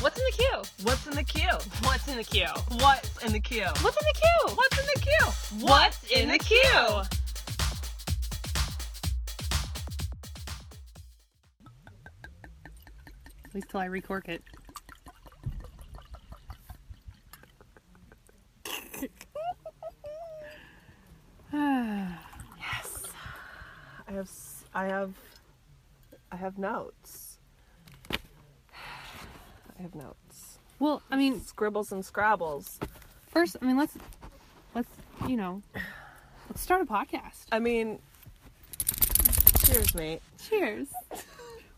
What's in the queue? What's in the queue? What's in the queue? What's in the queue? What's in the queue? What's in the queue? What's in the queue? Wait till I recork it. I have s- I have I have notes. I have notes. well, I mean, Scribbles and scrabbles. first, I mean, let's let's you know, let's start a podcast. I mean cheers mate. Cheers.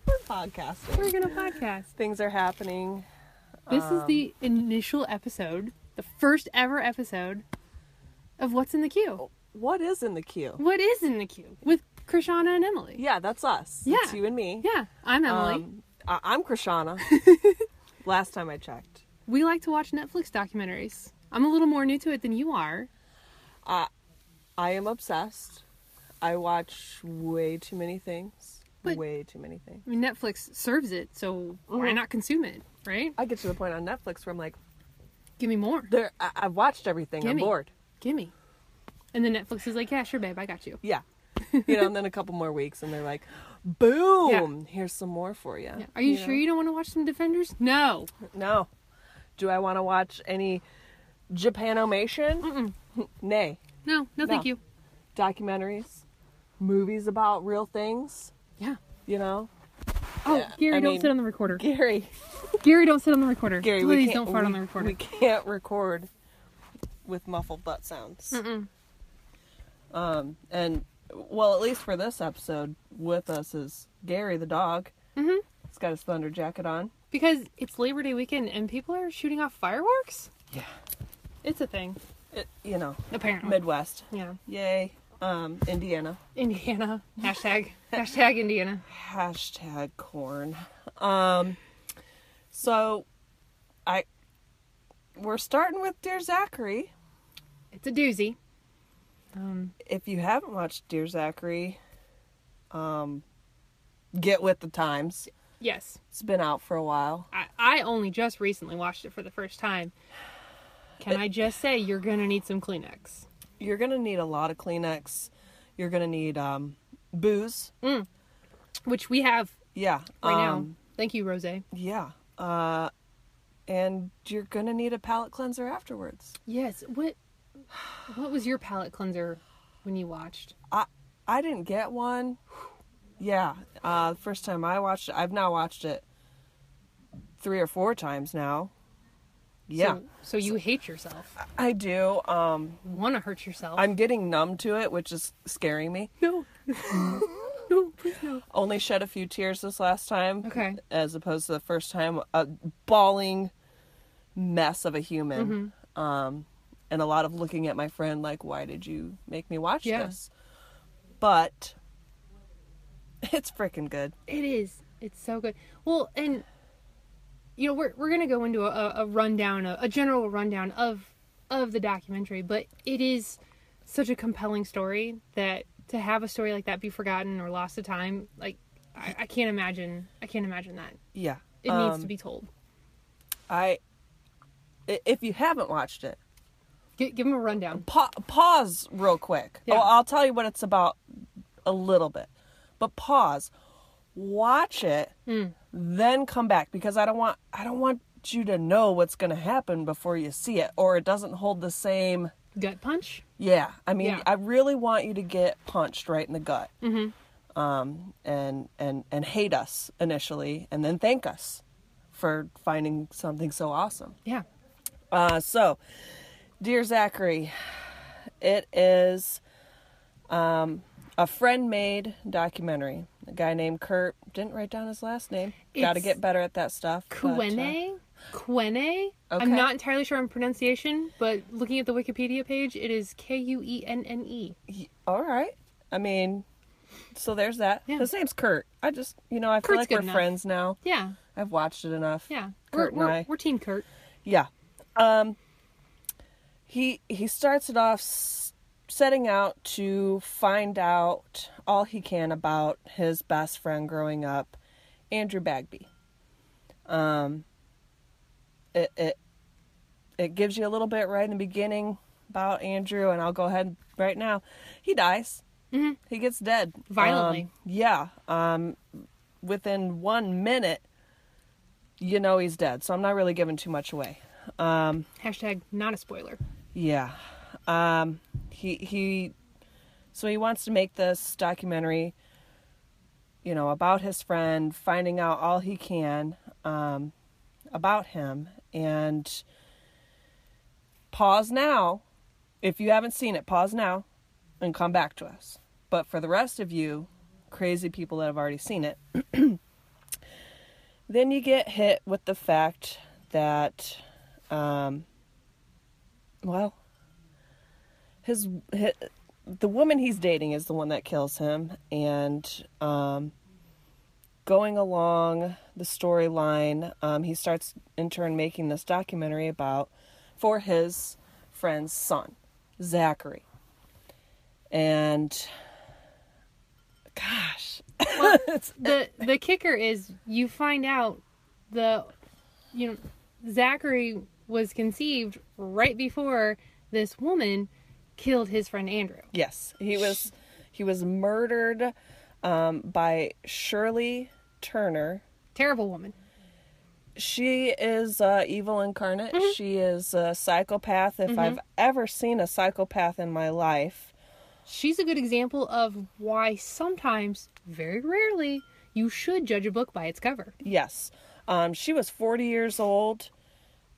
We're podcasting. We're gonna podcast. Things are happening. This is the initial episode, the first ever episode of What's in the Queue. What is in the queue? What is in the queue with Krishana and Emily? Yeah, that's us. Yeah. It's you and me. Yeah, I'm Emily. Um, I- I'm Krishana. Last time I checked. we like to watch Netflix documentaries. I'm a little more new to it than you are. I am obsessed. I watch way too many things. But- way too many things. I mean, Netflix serves it, so why Mhm. not consume it, right? I get to the point on Netflix where I'm like, Give me more. there. I- I've watched everything. I'm Gimme. bored. Gimme. And then Netflix is like, yeah, sure, babe, I got you. Yeah, you know. and then a couple more weeks, and they're like, boom, here's some more for you. Yeah. Are you, sure you don't want to watch some Defenders? No. No. Do I want to watch any Japanomation? Mm-mm. Nay. No, no, thank No. you. Documentaries, movies about real things. Yeah. You know, Oh, Yeah, Gary, I don't mean- sit on the recorder. Gary. Gary, don't sit on the recorder. Gary, we Please can't, don't fart on we- the recorder. We can't record with muffled butt sounds. Mm-mm. Um, and well, at least for this episode, with us is Gary the dog. hmm He's got his thunder jacket on. Because it's Labor Day weekend and people are shooting off fireworks? Yeah. It's a thing, It, you know, apparently. Midwest. yeah. Yay. Um, Indiana. Indiana. Hashtag. Hashtag Indiana. Hashtag corn. Um, so I we're starting with Dear Zachary. It's a doozy. Um, If you haven't watched Dear Zachary, um, get with the times. yes. It's been out for a while. I, I only just recently watched it for the first time. Can I just say you're gonna need some Kleenex? You're gonna need a lot of Kleenex. You're gonna need um, booze. Which we have Yeah. right now. um, Thank you, Rose. Yes. Yeah. Uh, and you're gonna need a palate cleanser afterwards. What what was your palate cleanser when you watched? I I didn't get one. Yeah. Uh, the first time I watched it, I've now watched it three or four times now. Yeah, So, so you hate yourself. I do. Um, Wanna hurt yourself. I'm getting numb to it, which is scaring me. no. no, please no. Only shed a few tears this last time. Okay. as opposed to the first time a bawling mess of a human Mm-hmm. um and a lot of looking at my friend like why did you make me watch Yeah. this but it's freaking good It is. It's so good. Well, and you know, we're we're gonna go into a, a rundown, a, a general rundown of of the documentary, but it is such a compelling story that to have a story like that be forgotten or lost to time, like I, I can't imagine. I can't imagine that. yeah It needs Um, to be told. i i- if you haven't watched it Give, give them a rundown. pa- pause real quick Yeah. oh, i'll tell you what it's about a little bit but pause watch it Hmm. then come back because i don't want i don't want you to know what's going to happen before you see it or it doesn't hold the same Gut punch. Yeah, I mean, Yeah. I really want you to get punched right in the gut, Mm-hmm. um, and and and hate us initially, and then thank us for finding something so awesome. Yeah. Uh, so, dear Zachary, it is um, a friend-made documentary. A guy named Kurt didn't write down his last name. Got to It's get better at that stuff. but, uh, Kuene. Kuene. okay. I'm not entirely sure on pronunciation, but looking at the Wikipedia page, it is K U E N N E. Y- all right. I mean, so there's that. Yeah. His name's Kurt. I just, you know, I feel Kurt's like good we're enough. friends now. Yeah. I've watched it enough. Yeah, Kurt and we're, we're, I. we're Team Kurt. Yeah. Um. He he starts it off s- setting out to find out all he can about his best friend growing up, Andrew Bagby. Um, it it it gives you a little bit right in the beginning about Andrew, and I'll go ahead right now. He dies. Mm-hmm. He gets dead Violently. Um, yeah. Um, within one minute, you know he's dead. So I'm not really giving too much away. Hashtag not a spoiler. Yeah. Um, he he so he wants to make this documentary you know about his friend finding out all he can um, about him and pause now if you haven't seen it pause now and come back to us but for the rest of you crazy people that have already seen it then you get hit with the fact that um, well his, hi the woman he's dating is the one that kills him and um going along the storyline um he starts in turn making this documentary about for his friend's son zachary and gosh it's, the the kicker is you find out the you know Zachary was conceived right before this woman killed his friend Andrew. Yes, he was he was murdered um, by Shirley Turner. Terrible woman. She is uh, evil incarnate. She is a psychopath. If I've ever seen a psychopath in my life, She's a good example of why sometimes, very rarely, you should judge a book by its cover. yes, um, she was forty years old,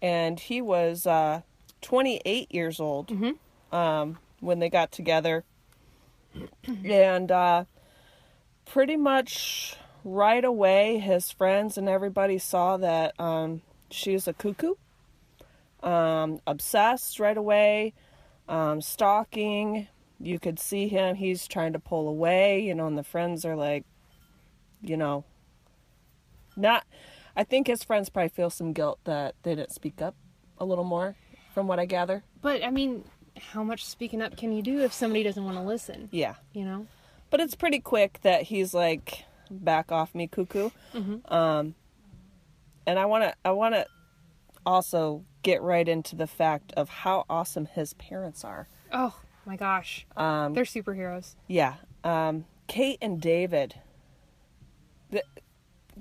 and he was uh, twenty eight years old um, when they got together, and uh, pretty much right away, his friends and everybody saw that um, she's a cuckoo. um, obsessed right away, um, stalking. You could see him. He's trying to pull away, you know, and the friends are like, you know, not. I think his friends probably feel some guilt that they didn't speak up a little more, from what I gather. But I mean, how much speaking up can you do if somebody doesn't want to listen? Yeah. You know? But it's pretty quick that he's like, back off me, cuckoo. Um, and I want to, I want to also get right into the fact of how awesome his parents are. Oh my gosh. Um, They're superheroes. Yeah. Um, Kate and David, the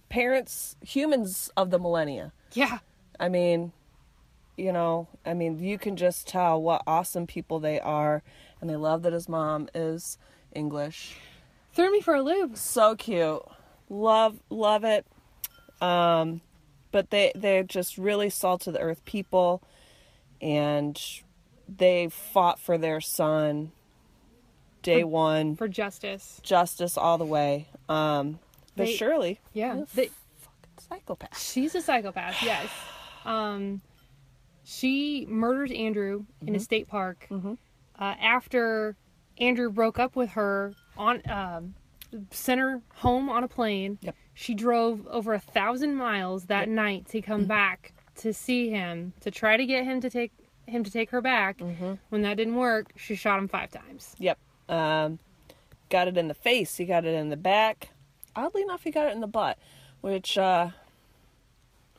parents, humans of the millennia. Yeah. I mean, you know, I mean, you can just tell what awesome people they are. And they love that his mom is English. Throw me for a loop. So cute. Love, love it. Um, but they, they're just really salt of the earth people. And they fought for their son day one For justice. justice all the way. Um, but They- Shirley, Yeah. Oof. They, fucking psychopath. she's a psychopath, yes. Um, she murders Andrew in a Mm-hmm. state park uh, after Andrew broke up with her on um, sent her home on a plane. Yep. She drove over a thousand miles that night to come Mm-hmm. back to see him to try to get him to take him to take her back. Mm-hmm. When that didn't work, she shot him five times. Yep. Um, got it in the face. He got it in the back. Oddly enough, he got it in the butt, which uh,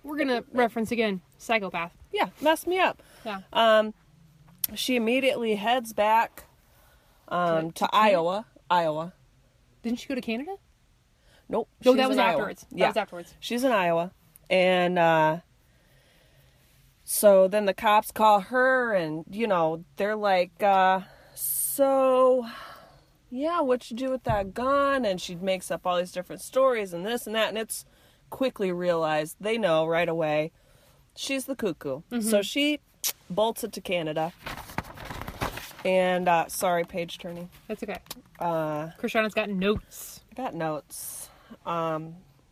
We're gonna reference again psychopath. yeah messed me up. Yeah. Uh, She immediately heads back um, to Iowa. Iowa. didn't she go to Canada? Nope. No, she's that was in Iowa. afterwards. That Yeah. was afterwards. She's in Iowa. And uh so then the cops call her and you know, they're like uh so yeah, what you do with that gun and she makes up all these different stories and this and that and it's quickly realized they know right away she's the cuckoo. So she bolts it to Canada. And uh sorry, page turning. That's okay. Uh Krishana's got notes. I got notes.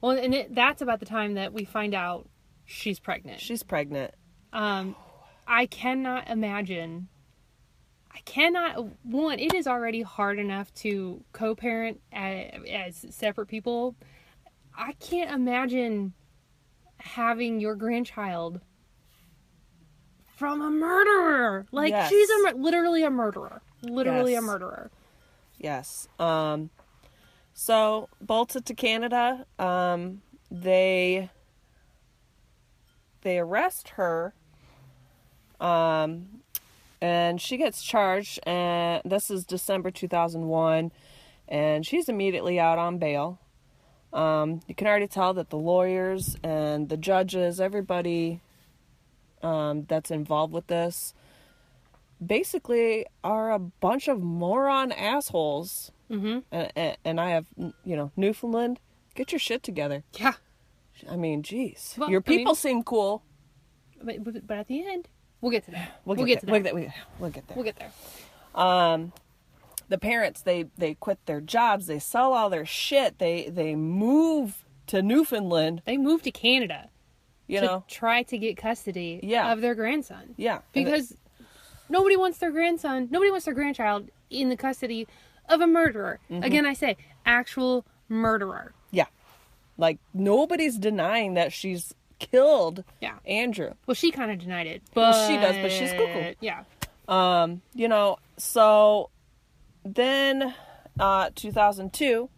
Well, and it, that's about the time that we find out she's pregnant. She's pregnant. Um, I cannot imagine. I cannot. One, it is already hard enough to co-parent as, as separate people. I can't imagine having your grandchild from a murderer. Like Yes. she's a mur- literally a murderer. Literally Yes. a murderer. Yes. Um, so bolted to Canada. Um, they they arrest her. Um, and she gets charged, and this is December 2001, and she's immediately out on bail. Um, you can already tell that the lawyers and the judges, everybody um, that's involved with this, basically are a bunch of moron assholes. Mm-hmm. And, and, and I have, you know, Newfoundland, get your shit together. Yeah. I mean, jeez. Well, Your I mean- people seem cool. But, but, but at the end, we'll get to that. We'll get, there. to that. We'll get, we- we'll get there. Um, We'll get there. the parents, they they quit their jobs. They sell all their shit. They they move to Newfoundland. They moved to Canada You to know. try to get custody Yeah. of their grandson. Yeah. and it- Because nobody wants their grandson, nobody wants their grandchild in the custody of a murderer. Mm-hmm. Again, I say, actual murderer. yeah, like nobody's denying that she's killed. Yeah. Andrew. Well, she kind of denied it, but Well, she does, but she's cuckoo. Yeah. Um, you know, so then uh 2002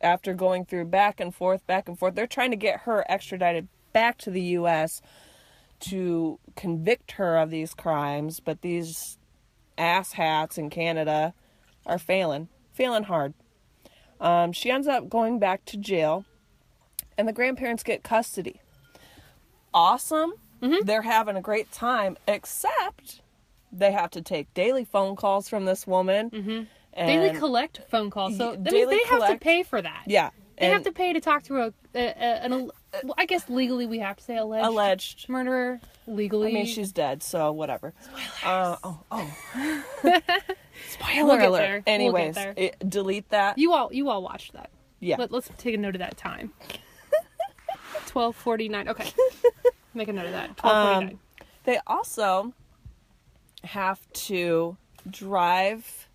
after going through back and forth, back and forth, they're trying to get her extradited back to the US to convict her of these crimes, but these asshats in Canada are failing, failing hard. Um, she ends up going back to jail, and the grandparents get custody. Awesome. Mm-hmm. They're having a great time, except they have to take daily phone calls from this woman. Mm-hmm. And, daily collect phone calls, so Y- that means daily they have collect- to pay for that. Yeah. They have and- to pay to talk to a, a, a an. al- Well, I guess legally we have to say alleged, Alleged. murderer. Legally, I mean, she's dead, so whatever. Uh, oh, oh. Spoiler We'll get alert. there. We'll get Anyways, there. it- delete that. you all you all watched that. yeah. Let, us take a note of that time. Twelve forty nine. Okay, make a note Um, of that. Twelve forty nine. They also have to drive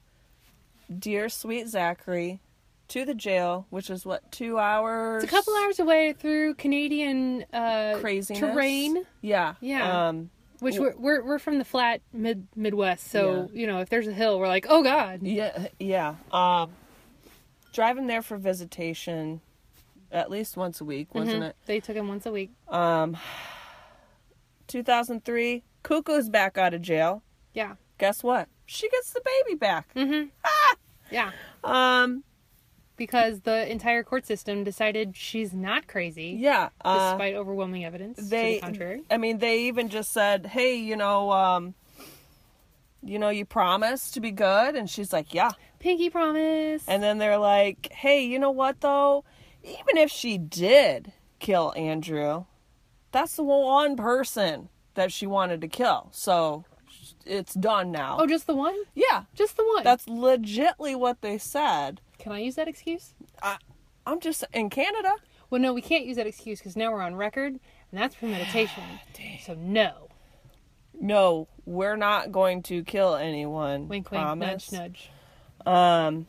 dear sweet Zachary to the jail, which is what two hours. It's a couple hours away through Canadian uh, Craziness. terrain, Yeah. Yeah. Um, which we're, we're we're from the flat mid Midwest, so you know if there's a hill, we're like, oh god. yeah. Yeah. Um, driving there for visitation, at least once a week, wasn't it? They took him once a week. Um, 2003, Cuckoo's back out of jail. Yeah, Guess what? She gets the baby back. Mm-hmm. yeah. Um, Because the entire court system decided she's not crazy, yeah. uh, despite overwhelming evidence to they, the contrary. I mean, they even just said, "Hey, you know, um, you know, you promised to be good," and she's like, "Yeah." Pinky promise. And then they're like, "Hey, you know what though? Even if she did kill Andrew, that's the one person that she wanted to kill. So it's done now." oh, just the one? yeah. Just the one. That's legitly what they said. Can I use that excuse? I, I'm just in Canada. Well, no, we can't use that excuse because now we're on record, and that's premeditation. so no. No, we're not going to kill anyone. Wink, wink, Promise. nudge, nudge.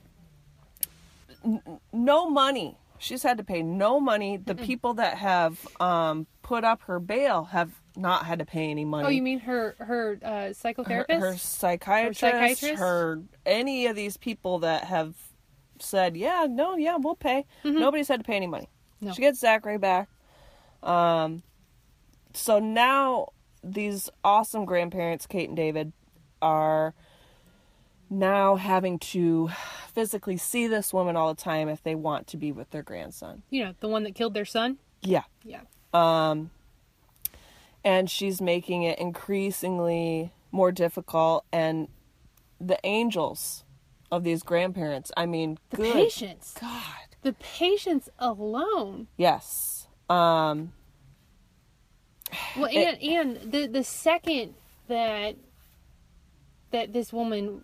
No money. She's had to pay no money. The people that have um, put up her bail have not had to pay any money. Oh, you mean her her uh, her, psychotherapist? her psychiatrist, her psychiatrist? any of these people that have said, yeah, no, yeah, we'll pay. Nobody's had to pay any money. Mm-hmm. No. She gets Zachary back. Um, so now these awesome grandparents, Kate and David, are now having to physically see this woman all the time if they want to be with their grandson. You know, the one that killed their son. Yeah. Yeah. and she's making it increasingly more difficult and the angels of these grandparents i mean The good patience. god The patience alone. yes um Well, Eh, and and the the second that that this woman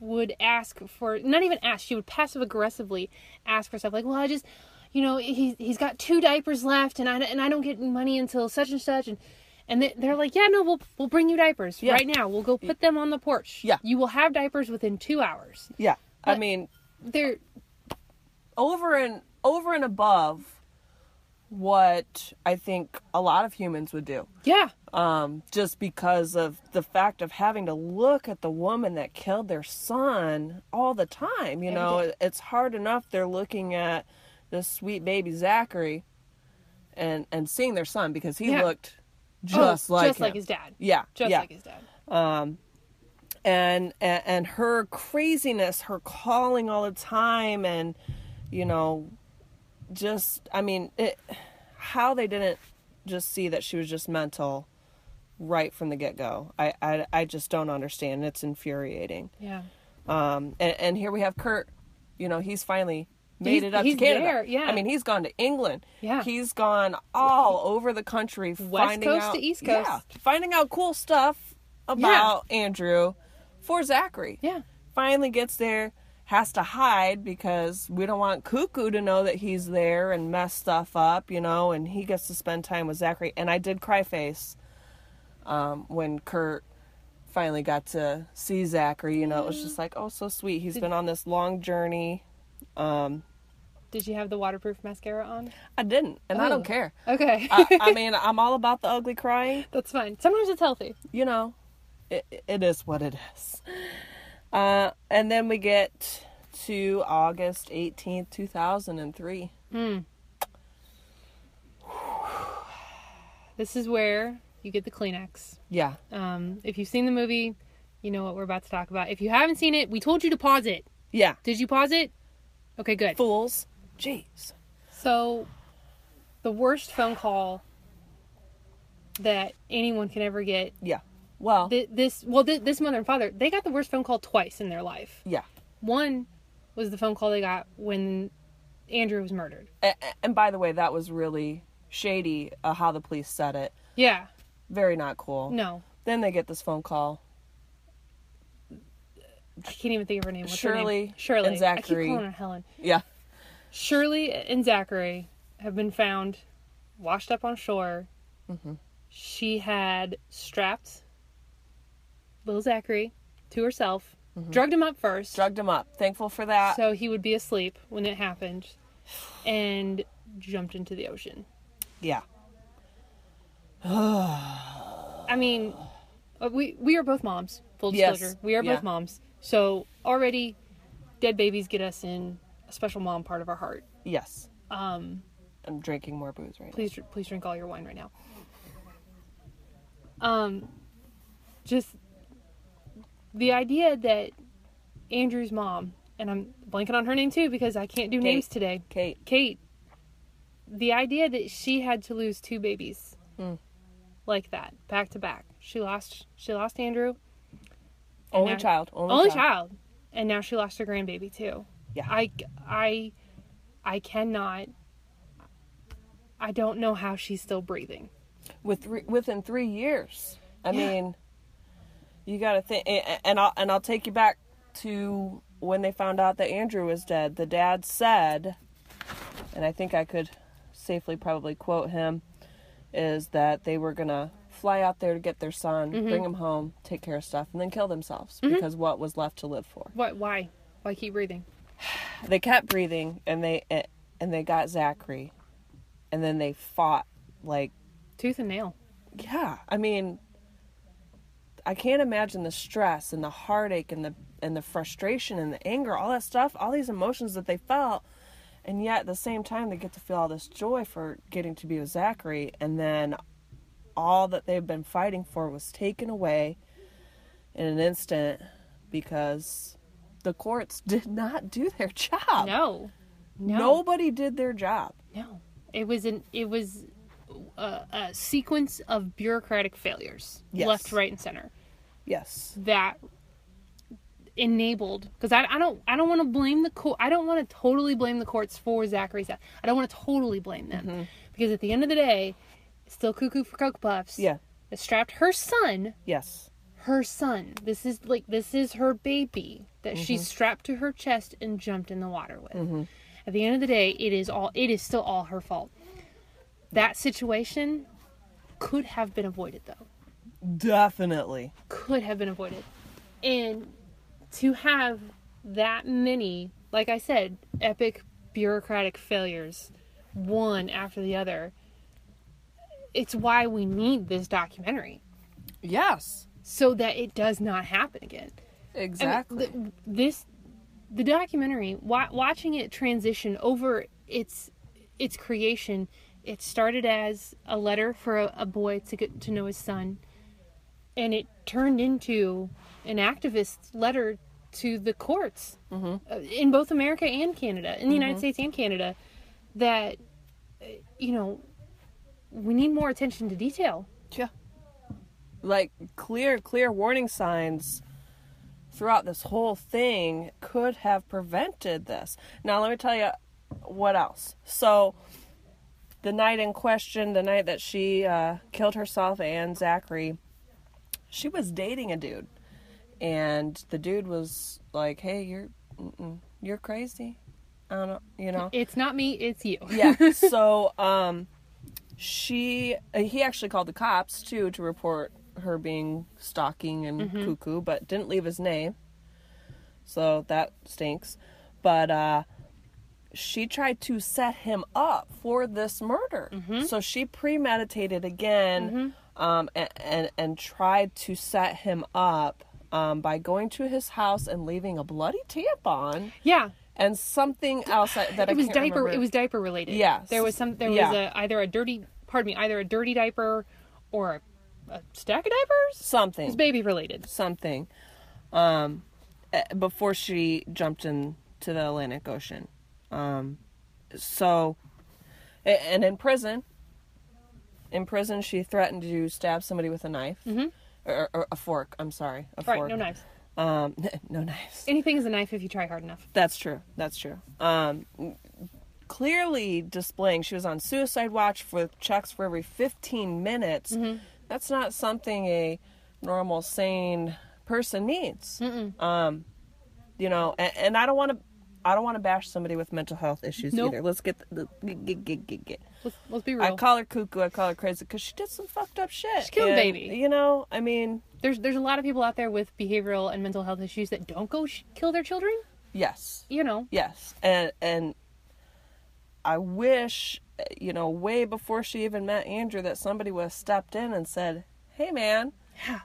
would ask for not even ask she would passive aggressively ask for stuff like well i just you know he, he's got two diapers left and i and i don't get money until such and such and and they- they're like yeah no we'll we'll bring you diapers Yeah. right now we'll go put them on the porch Yeah. you will have diapers within two hours yeah i But- mean they're over and over and above what i think a lot of humans would do yeah um just because of the fact of having to look at the woman that killed their son all the time you know day. it's hard enough they're looking at this sweet baby zachary and and seeing their son because he Yeah. looked just Oh, like just like him. his dad. Yeah, Just yeah. like his dad. and, and and her craziness, her calling all the time, and you know, just I mean, it, how they didn't just see that she was just mental right from the get go. I, I I just don't understand. It's infuriating. Yeah. Um, and, and here we have Kurt. You know, he's finally made He's- it up he's to Canada. there, yeah. I mean, he's gone to England. Yeah. He's gone all over the country finding Coast out, to East Coast. Yeah, finding out cool stuff about Andrew for Zachary. Yeah. Finally gets there, has to hide because we don't want Cuckoo to know that he's there and mess stuff up, you know, and he gets to spend time with Zachary. And I did cry face um, when Kurt finally got to see Zachary, you know, it was just like, oh, so sweet. He's been on this long journey. Did you have the waterproof mascara on? I didn't, and I Oh. don't care. Okay. I, I mean, I'm all about the ugly crying. That's fine. Sometimes it's healthy. You know, it, it is what it is. Uh, and then we get to August 18th, 2003. This is where you get the Kleenex. Yeah. Um, if you've seen the movie, you know what we're about to talk about. If you haven't seen it, we told you to pause it. Yeah. Did you pause it? Okay, good. Fools. Jeez. So, the worst phone call that anyone can ever get. Yeah. Well, Th- This well, th- this mother and father, they got the worst phone call twice in their life. yeah. One was the phone call they got when Andrew was murdered. A- a- and by the way, that was really shady uh, how the police said it. Yeah. Very not cool. No, Then they get this phone call I can't even think of her name. What's her Shirley name? Shirley and Zachary. I keep calling her Helen. Yeah. Shirley and Zachary have been found washed up on shore. Mm-hmm. She had strapped little Zachary to herself, drugged him up first, Mm-hmm. Drugged him up. Thankful for that. so he would be asleep when it happened, and jumped into the ocean. yeah. I mean, uh, we we are both moms. Full Yes, disclosure, we are yeah. both moms. So already, dead babies get us in a special mom part of our heart. Yes. Um I'm drinking more booze right please please drink all your wine right now um just the idea that andrew's mom and i'm blanking on her name too because i can't do names today now. Kate. kate the idea that she had to lose two babies like that back to back she lost she lost andrew and Only now- child. Only, only child. child and now she lost her grandbaby too Yeah. i i i cannot i don't know how she's still breathing With three, within 3 years. I Yeah. mean you got to think a- a- and I'll and I'll take you back to when they found out that Andrew was dead. The dad said and I think I could safely probably quote him is that they were going to fly out there to get their son, bring him home, take care of stuff and then kill themselves because what was left to live for? what why why keep breathing they kept breathing and they and they got Zachary and then they fought like tooth and nail yeah I mean I can't imagine the stress and the heartache and the and the frustration and the anger all that stuff all these emotions that they felt and yet at the same time they get to feel all this joy for getting to be with Zachary and then all that they've been fighting for was taken away in an instant because the courts did not do their job no no Nobody did their job. no it was an it was a, a sequence of bureaucratic failures Yes. left right and center Yes. that enabled because I, I don't I don't want to blame the court I don't want to totally blame the courts for Zachary's death. I don't want to totally blame them because at the end of the day, it's still cuckoo for cocoa puffs. Yeah. that strapped her son, Yes. her son. This is like this is her baby that she strapped to her chest and jumped in the water with. At the end of the day, it is all it is still all her fault. That situation could have been avoided though Definitely. could have been avoided. And to have that many, like I said, epic bureaucratic failures, one after the other, it's why we need this documentary Yes. so that it does not happen again. I mean, Exactly. th- this the documentary wa- watching it transition over its its creation It started as a letter for a, a boy to get to know his son, and it turned into an activist letter to the courts Mm-hmm. uh, in both America and Canada, in the United States and Canada, that uh, you know we need more attention to detail. Yeah. Like clear, clear warning signs throughout this whole thing could have prevented this. Now, let me tell you what else. So, the night in question, the night that she uh, killed herself and Zachary, she was dating a dude, and the dude was like, "Hey, you're, mm-mm, you're crazy." I don't, know, you know. It's not me, it's you. yeah so um she uh, he actually called the cops too to report her being stalking and Mm-hmm. cuckoo but didn't leave his name so that stinks but uh she tried to set him up for this murder Mm-hmm. so she premeditated again um and, and and tried to set him up um by going to his house and leaving a bloody tampon Yeah. and something else that, that I it was can't diaper remember. it was diaper related Yes. there was some there was Yeah. a either a dirty pardon me either a dirty diaper or a, a stack of diapers something it was baby related something um eh, before she jumped into the Atlantic Ocean. Um so a- and in prison in prison she threatened to stab somebody with a knife or, or a fork, I'm sorry, a all Mm-hmm. right fork. no knives Um no knives. anything is a knife if you try hard enough That's true. That's true. Um, clearly displaying she was on suicide watch for checks for every 15 minutes. Mm-hmm. That's not something a normal, sane person needs. Um, you know, and, and I don't want to. I don't want to bash somebody with mental health issues Nope. either. Let's get the, the get, get, get, get. let's, let's be I real call her cuckoo. I call her crazy because she did some fucked up shit. She killed a And, baby. You know, I mean, there's there's a lot of people out there with behavioral and mental health issues that don't go sh- kill their children yes. you know Yes, and and I wish, you know, way before she even met Andrew, that somebody would have stepped in and said, "Hey, man, yeah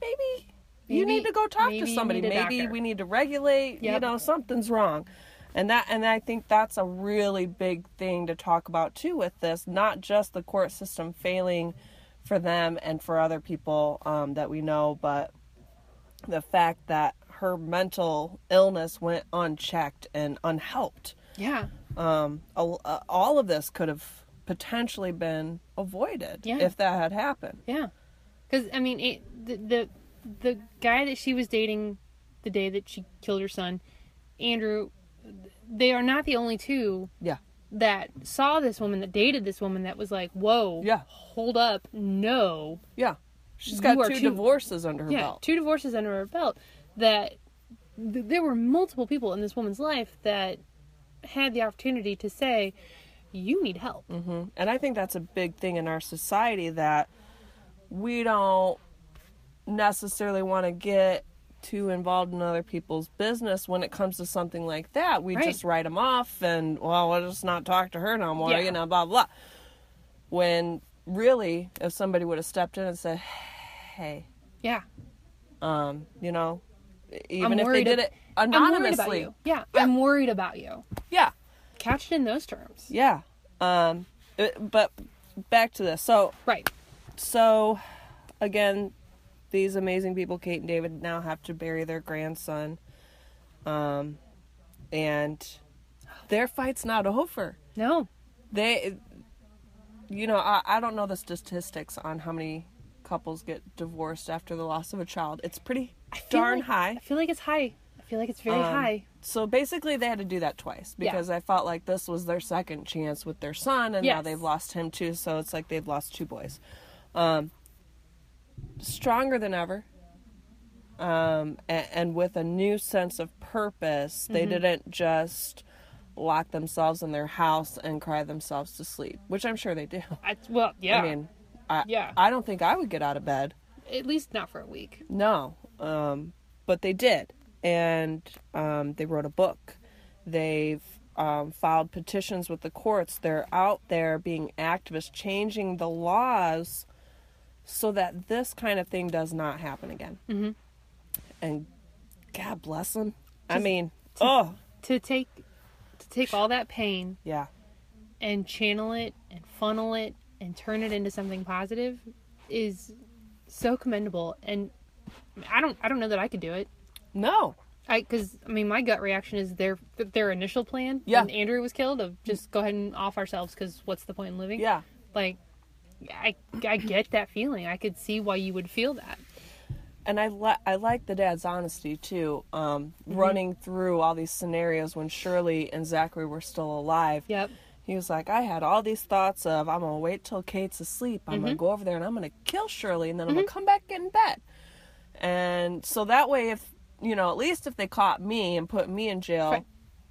maybe, you Maybe- need to go talk maybe to you somebody. need a Maybe doctor." we need to regulate. You Yep. know, something's wrong." And that and I think that's a really big thing to talk about too with this, not just the court system failing for them and for other people um, that we know, but the fact that her mental illness went unchecked and unhelped yeah um, a- uh, all of this could have potentially been avoided Yeah. if that had happened. yeah because i mean it, the, the the guy that she was dating the day that she killed her son andrew they are not the only two Yeah. that saw this woman that dated this woman that was like whoa Yeah. hold up no Yeah. She's got You are two too- divorces under her yeah belt. two divorces under her belt that th- there were multiple people in this woman's life that had the opportunity to say you need help And I think that's a big thing in our society that we don't necessarily want to get too involved in other people's business when it comes to something like that. We Right. just write them off and, well, we'll just not talk to her no more, Yeah. you know, blah, blah. When really, if somebody would have stepped in and said, hey, yeah um, you know, I'm even if they worried did ab- it i'm worried about anonymously. you yeah, i'm worried about you Yeah, couched in those terms yeah. Um, it- but back to this. So, right so again, these amazing people, Kate and David, now have to bury their grandson, um, and their fight's not over. no They, you know, I, I don't know the statistics on how many couples get divorced after the loss of a child. It's pretty feel darn like- high. i feel like it's high i feel like it's very Um, high So basically, they had to do that twice Yeah. because I felt like this was their second chance with their son, and now Yes. they've lost him too. So it's like they've lost two boys. Um, stronger than ever, um, and, and with a new sense of purpose, they Mm-hmm. didn't just lock themselves in their house and cry themselves to sleep, which I'm sure they do. I, well yeah I mean, I, Yeah. I don't think I would get out of bed. at least not for a week No, um, but they did, and um, they wrote a book. They've um, filed petitions with the courts. They're out there being activists, changing the laws so that this kind of thing does not happen again. Mm-hmm. And God bless them. I Just mean, oh to take to take all that pain yeah, and channel it and funnel it and turn it into something positive is so commendable and I don't I don't know that I could do it. No. I cuz I mean my gut reaction is their their initial plan Yeah. when Andrew was killed of just go ahead and off ourselves cuz what's the point in living? Yeah. Like I I get that feeling. I could see why you would feel that. and I li- I like the dad's honesty too. Um, Mm-hmm. Running through all these scenarios when Shirley and Zachary were still alive. Yep. He was like, I had all these thoughts of I'm gonna wait till Kate's asleep. I'm Mm-hmm. gonna go over there and I'm gonna kill Shirley and then I'm gonna come back in bed. And so that way, if you know, at least if they caught me and put me in jail, Right.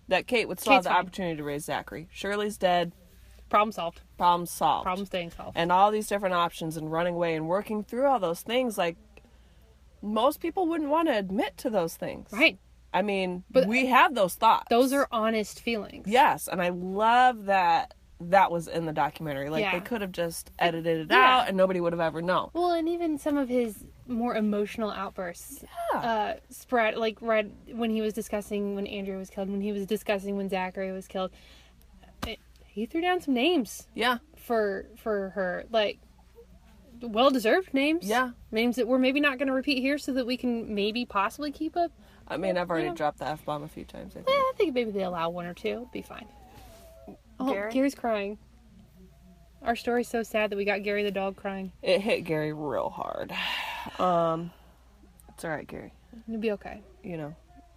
that Kate would still have Kate's the fine. opportunity to raise Zachary. Shirley's dead. Problem solved. Problem solved Problem staying solved. and all these different options and running away and working through all those things like most people wouldn't want to admit to those things right. i mean But- we have those thoughts Those are honest feelings. yes and i love that that was in the documentary like Yeah. they could have just edited it Yeah. out and nobody would have ever known Well, and even some of his more emotional outbursts Yeah. uh, spread, like right when he was discussing when Andrew was killed, when he was discussing when Zachary was killed. It, he threw down some names yeah for for her, like well deserved names. Yeah. names that we're maybe not going to repeat here, so that we can maybe possibly keep up. i mean i've already Yeah. dropped the f-bomb a few times i Eh, think I think maybe they allow one or two. It'll be fine. Oh, Gary? Gary's crying. Our story's so sad that we got Gary the dog crying. it hit gary real hard um it's all right gary It'll be okay. you know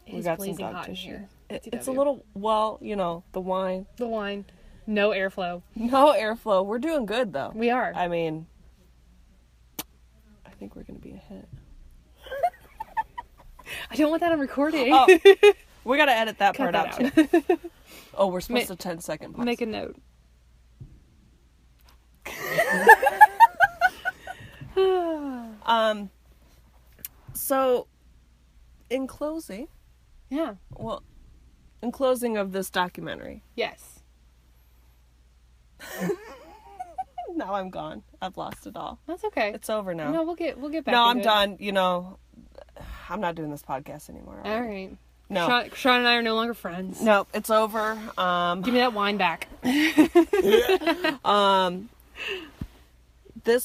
It is blazing hot in tissue. here. It- it's a DW. little well you know the wine the wine, no airflow. No airflow. We're doing good though. We are. I mean, I think we're gonna be a hit. I don't want that on recording. Oh, we gotta edit that part Cut that out. out. Too. Oh, we're supposed Ma- to 10 second pause. Make a note. um. So, in closing, Yeah. well, in closing of this documentary, Yes. now I'm gone. I've lost it all. That's okay. It's over now. no, we'll get we'll get back. No, I'm into it. done. You know, I'm not doing this podcast anymore. All right. No. Sean, Sean and I are no longer friends. No, it's over. Um. Give me that wine back. this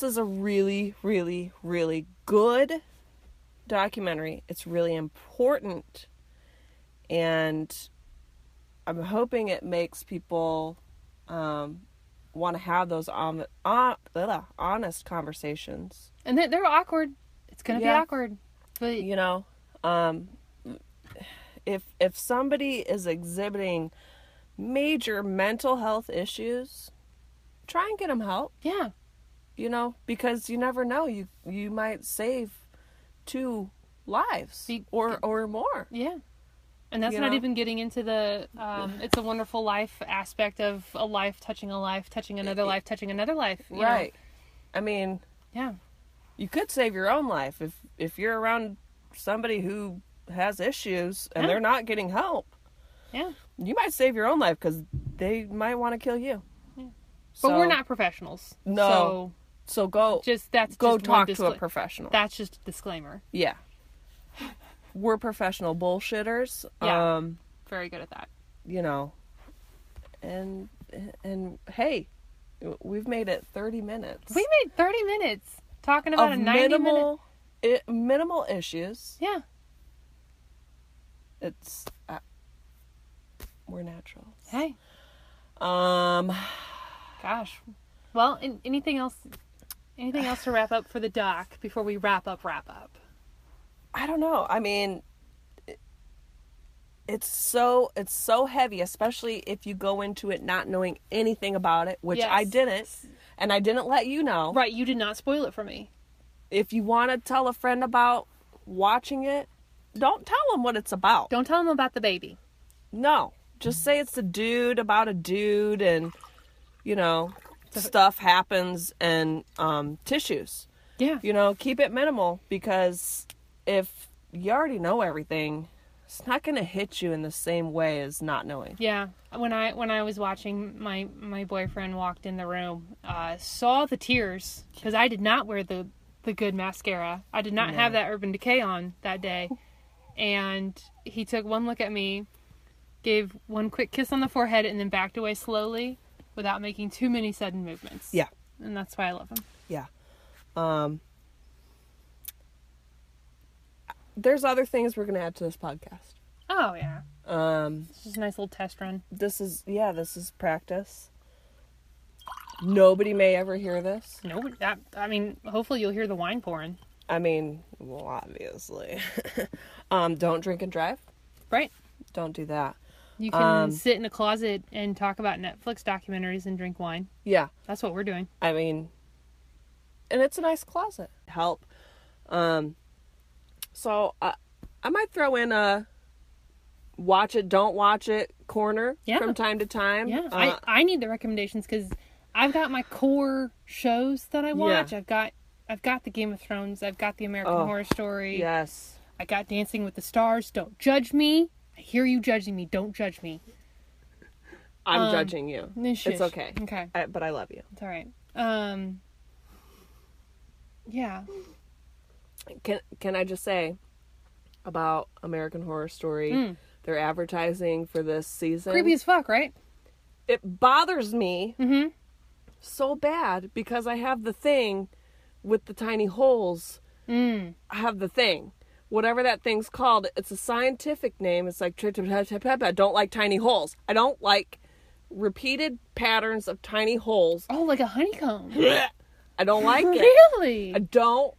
is a really, really, really good documentary. It's really important. And I'm hoping it makes people um, want to have those on, on, blah, honest conversations. And they, they're awkward. It's gonna Yeah. be awkward. But You know, um, if if somebody is exhibiting major mental health issues, try and get them help. yeah, you know because you never know you you might save two lives Be- or or more yeah. And that's You not know? even getting into the um, it's a wonderful life aspect of a life touching a life, touching another life, touching another life. you know? right i mean Yeah. you could save your own life if if you're around somebody who has issues and Yeah. they're not getting help Yeah. you might save your own life because they might want to kill you But we're So- not professionals. No. so go So just that's go just one talk to a discla- professional That's just a disclaimer. yeah we're professional bullshitters Yeah. um Very good at that. you know and and hey we've made it 30 minutes We made 30 minutes talking of about a 90 minute. minimal i- minimal issues Yeah. it's uh, we're natural Hey, um gosh. Well, an anything else? Anything else to wrap up for the doc before we wrap up? Wrap up. i don't know i mean it- it's so it's so heavy especially if you go into it not knowing anything about it which i Yes. didn't and i didn't let you know Right, you did not spoil it for me. if you want to tell a friend about watching it don't tell them what it's about Don't tell them about the baby. No, just say it's a dude about a dude, and you know, stuff happens and um, tissues. Yeah. You know, keep it minimal because if you already know everything, it's not going to hit you in the same way as not knowing. Yeah. When I when I was watching, my my boyfriend walked in the room, uh, saw the tears because I did not wear the the good mascara. I did not have that Urban Decay on that day, and he took one look at me, gave one quick kiss on the forehead, and then backed away slowly. without making too many sudden movements. Yeah. And that's why I love him. Yeah. Um, there's other things we're going to add to this podcast. Oh yeah. Um, It's just a nice little test run. this is, yeah, this is practice. Nobody may ever hear this. No, that I mean, hopefully you'll hear the wine pouring. I mean, well, obviously. um, don't drink and drive. Right? Don't do that. You can Um, sit in a closet and talk about Netflix documentaries and drink wine. Yeah. That's what we're doing. I mean, and it's a nice closet. Help. Um, so I, I might throw in a watch it, don't watch it corner Yeah. from time to time. Yeah, Uh, I, I need the recommendations because I've got my core shows that I watch. I've got I've got the Game of Thrones. I've got the American Oh, Horror Story. yes. I got Dancing with the Stars. Don't judge me. I hear you judging me. Don't judge me. I'm Um, judging you. Then shush. It's okay. Okay, I, but I love you. it's all right. Um, yeah. Can Can I just say about American Horror Story? Mm. Their advertising for this season. Creepy as fuck, right? It bothers me Mm-hmm. so bad because I have the thing with the tiny holes. Mm. I have the thing. Whatever that thing's called, it's a scientific name. It's like tri- tri- tri- tri- tri- I don't like tiny holes. I don't like repeated patterns of tiny holes. Oh, like a honeycomb. I don't like it. Really? I don't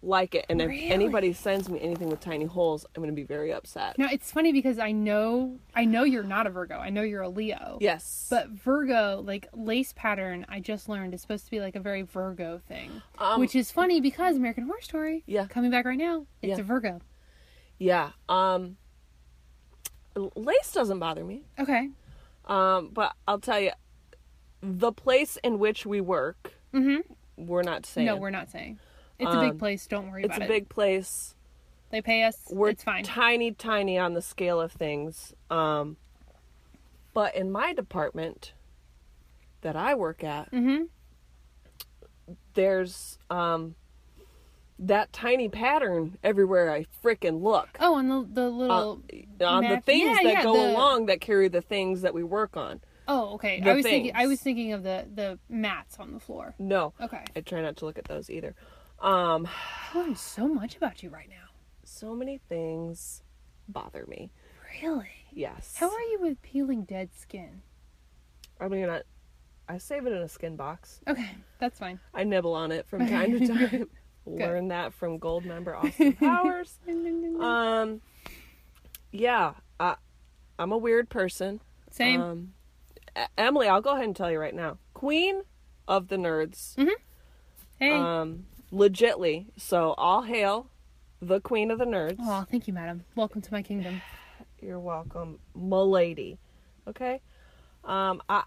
like it. And if Really? anybody sends me anything with tiny holes, I'm going to be very upset. Now it's funny because I know I know you're not a Virgo. I know you're a Leo. Yes. But Virgo, like lace pattern, I just learned is supposed to be like a very Virgo thing, Um, which is funny because American Horror Story, Yeah. coming back right now, it's Yeah. a Virgo. yeah, um lace doesn't bother me. Okay. Um but I'll tell you the place in which we work, Mm-hmm. we're not saying. No, we're not saying. It's a big Um, place. Don't worry it's about a it. big place. They pay us. we're it's fine. tiny tiny on the scale of things um but in my department that i work at mm-hmm. there's um that tiny pattern everywhere i frickin' look Oh, and the the uh, little. on the map- things yeah, that yeah, go the- along that carry the things that we work on oh, okay. the I was thinking. I things. was thinking of the the mats on the floor. no Okay. i try not to look at those either um I learned so much about you right now. so many things bother me Really? yes How are you with peeling dead skin? i mean i i save it in a skin box Okay, that's fine. I nibble on it from time to time. Learn that from gold member Austin Powers. Um, yeah, I, I'm a weird person. Same. Um, E- Emily, I'll go ahead and tell you right now. Queen of the nerds. hey. Um, Mm-hmm. legitly. So all hail the queen of the nerds. oh, thank you, madam. Welcome to my kingdom. You're welcome, milady. Okay. Um, I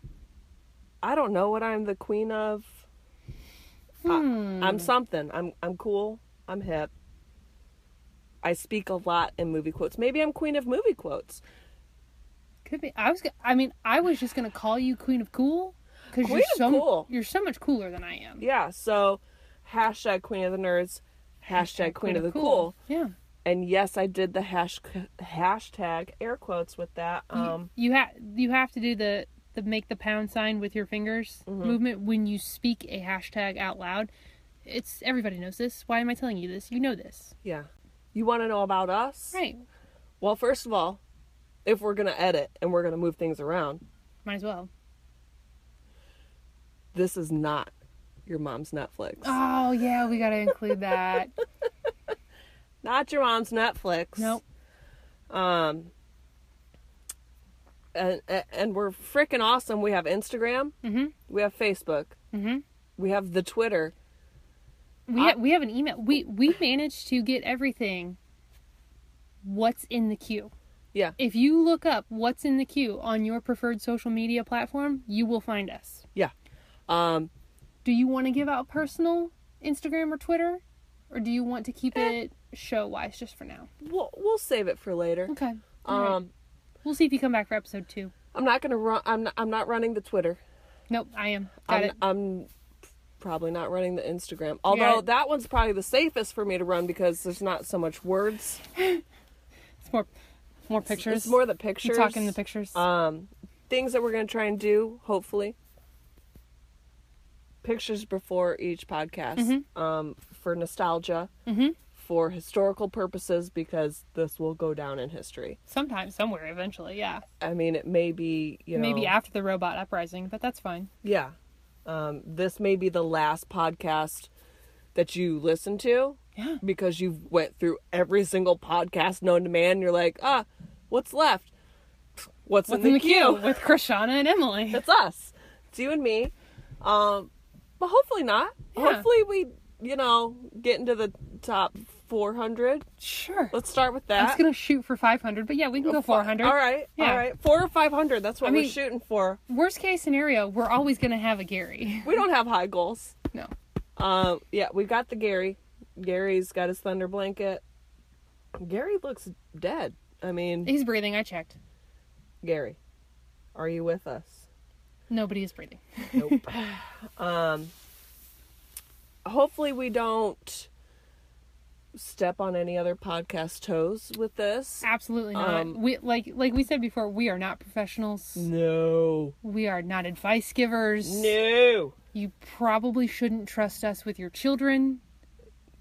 I don't know what I'm the queen of. I, am something. I'm I'm cool. I'm hip. I speak a lot in movie quotes. Maybe I'm queen of movie quotes. Could be. I was. go- I mean, I was just gonna call you Queen of Cool because Queen you're of so Cool. you're so much cooler than I am. Yeah. So, hashtag queen of the nerds, hashtag, queen, of the cool. Yeah. And yes, I did the hash hashtag air quotes with that. Um, You have you have to do the the make the pound sign with your fingers Mm-hmm. movement when you speak a hashtag out loud. It's everybody knows this. Why am I telling you this? You know this, yeah. You want to know about us? right? Well, first of all, if we're gonna edit and we're gonna move things around, Might as well. this is not your mom's Netflix. Oh yeah, we gotta include that. Not your mom's Netflix. nope. Um. And and we're freaking awesome. We have Instagram. Mhm. We have Facebook. Mhm. We have the Twitter. We ha- we have an email. We we managed to get everything. What's in the queue? Yeah. If you look up what's in the queue on your preferred social media platform, you will find us. Yeah. Um. Do you want to give out personal Instagram or Twitter, or do you want to keep Eh. it show wise just for now? We'll we'll save it for later. Okay. Um. Alright. We'll see if you come back for episode two. I'm not gonna run. I'm not, I'm not running the Twitter. Nope, I am. Got I'm, it. I'm probably not running the Instagram. Although it. that one's probably the safest for me to run because there's not so much words. It's more, more pictures. It's more the pictures. Uh, Talking the pictures. Um, things that we're gonna try and do, hopefully, pictures before each podcast um, for nostalgia, for historical purposes, because this will go down in history. Sometime, somewhere, eventually, yeah. I mean, it may be, you know. Maybe after the robot uprising, but that's fine. Yeah. Um, this may be the last podcast that you listen to Yeah. because you went through every single podcast known to man. You're like, ah, what's left? What's, in, the, queue? with Krishana and Emily. It's us. It's you and me. Um, but hopefully not. Yeah. Hopefully we, you know, get into the top 400. Sure. Let's start with I that. was gonna shoot for 500, but yeah, we can go 400. All right. Yeah. All right. Four or 500. That's what I we're mean- shooting for. Worst case scenario, we're always gonna have a Gary. We don't have high goals. No. Um, yeah, we got the Gary. Gary's got his thunder blanket. Gary looks dead. I mean, He's breathing. I checked. Gary, are you with us? Nobody is breathing. Nope. um, hopefully, we don't step on any other podcast toes with this. Absolutely not. Um, we like like we said before, we are not professionals. No. We are not advice givers. No. You probably shouldn't trust us with your children.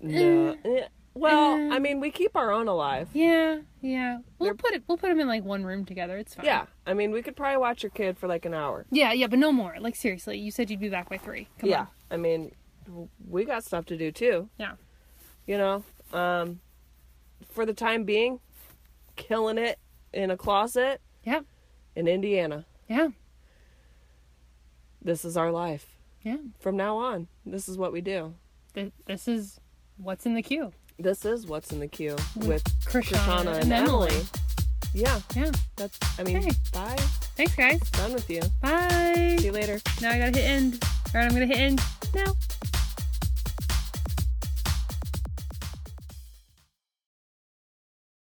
No. Eh. Well, Eh. I mean, we keep our own alive. Yeah, yeah. We'll They're- put it. We'll put them in like one room together. It's fine. Yeah. I mean, we could probably watch your kid for like an hour. Yeah, yeah, but no more. Like seriously, you said you'd be back by three. Come yeah. on. I mean, we got stuff to do too. Yeah. you know um for the time being killing it in a closet Yeah. in indiana Yeah. this is our life Yeah. from now on this is what we do Th- this is what's in the queue. this is what's in the queue with Krishana krishana and, emily. yeah Yeah. that's i mean Okay. bye Thanks, guys. done with you Bye. see you later Now I gotta hit end. All right, I'm gonna hit end now.